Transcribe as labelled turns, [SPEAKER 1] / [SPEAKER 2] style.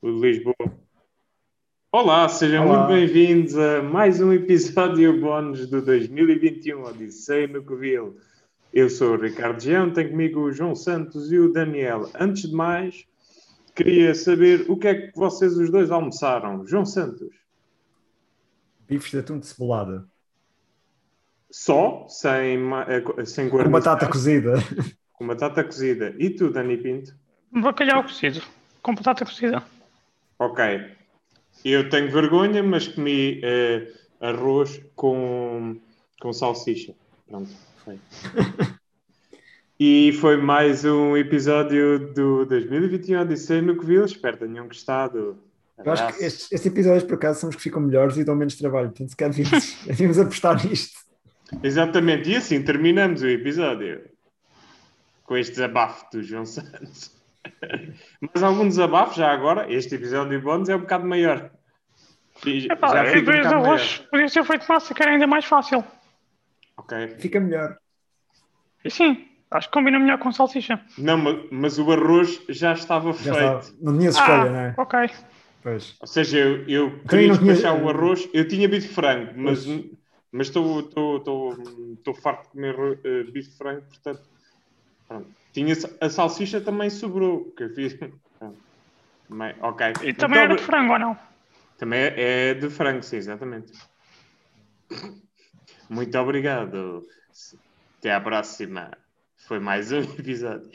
[SPEAKER 1] o de Lisboa. Olá, sejam
[SPEAKER 2] Olá.
[SPEAKER 1] muito bem-vindos a mais um episódio bónus do 2021 Odisseia um, no Covil. Eu sou o Ricardo Geão, tenho comigo o João Santos e o Daniel. Antes de mais, queria saber o que é que vocês os dois almoçaram. João Santos,
[SPEAKER 2] Bifes de atum de cebolada.
[SPEAKER 1] só, sem, ma- eh, co- sem
[SPEAKER 2] Com
[SPEAKER 1] guarnição,
[SPEAKER 2] batata cozida.
[SPEAKER 1] com batata cozida. E tu, Dani Pinto?
[SPEAKER 3] Um Bacalhau cozido. Com batata cozida.
[SPEAKER 1] Ok. Eu tenho vergonha, mas comi eh, arroz com, com salsicha. Pronto. foi. e foi mais um episódio do 2021 Odisseia no Covil. Espero que tenham gostado.
[SPEAKER 2] Eu acho
[SPEAKER 1] Ah.
[SPEAKER 2] que estes, estes episódios, por acaso, são os que ficam melhores e dão menos trabalho. Portanto, se calhar devíamos, devíamos apostar nisto.
[SPEAKER 1] Exatamente. E assim terminamos o episódio. Com este desabafo do João Santos. mas algum desabafo já agora. Este episódio de bónus é um bocado maior. E
[SPEAKER 3] Epá, em
[SPEAKER 1] fica um
[SPEAKER 3] vez de
[SPEAKER 1] bocado
[SPEAKER 3] arroz, podia ser feito massa, que era ainda mais fácil.
[SPEAKER 1] maior. Ok.
[SPEAKER 2] Fica melhor.
[SPEAKER 3] E sim, acho que combina melhor com salsicha.
[SPEAKER 1] Não, ma- mas o arroz já estava
[SPEAKER 2] Já
[SPEAKER 1] feito.
[SPEAKER 2] está. Não tinhas escolha,
[SPEAKER 3] ah,
[SPEAKER 2] não é?
[SPEAKER 3] ok.
[SPEAKER 2] Pois.
[SPEAKER 1] Ou seja, eu, eu
[SPEAKER 2] Então
[SPEAKER 1] queria
[SPEAKER 2] eu não tinha-
[SPEAKER 1] despachar o arroz. Eu tinha bife de frango, mas
[SPEAKER 2] Pois.
[SPEAKER 1] mas estou estou- estou- estou farto de comer eh, bife de frango, portanto. pronto. Tinha, sa- a salsicha também sobrou. Que eu fiz. Pronto. Também, ok.
[SPEAKER 3] E também
[SPEAKER 1] Então,
[SPEAKER 3] era de frango ou não?
[SPEAKER 1] também é de frango, sim, exatamente. Muito obrigado. Até à próxima. Foi mais um episódio.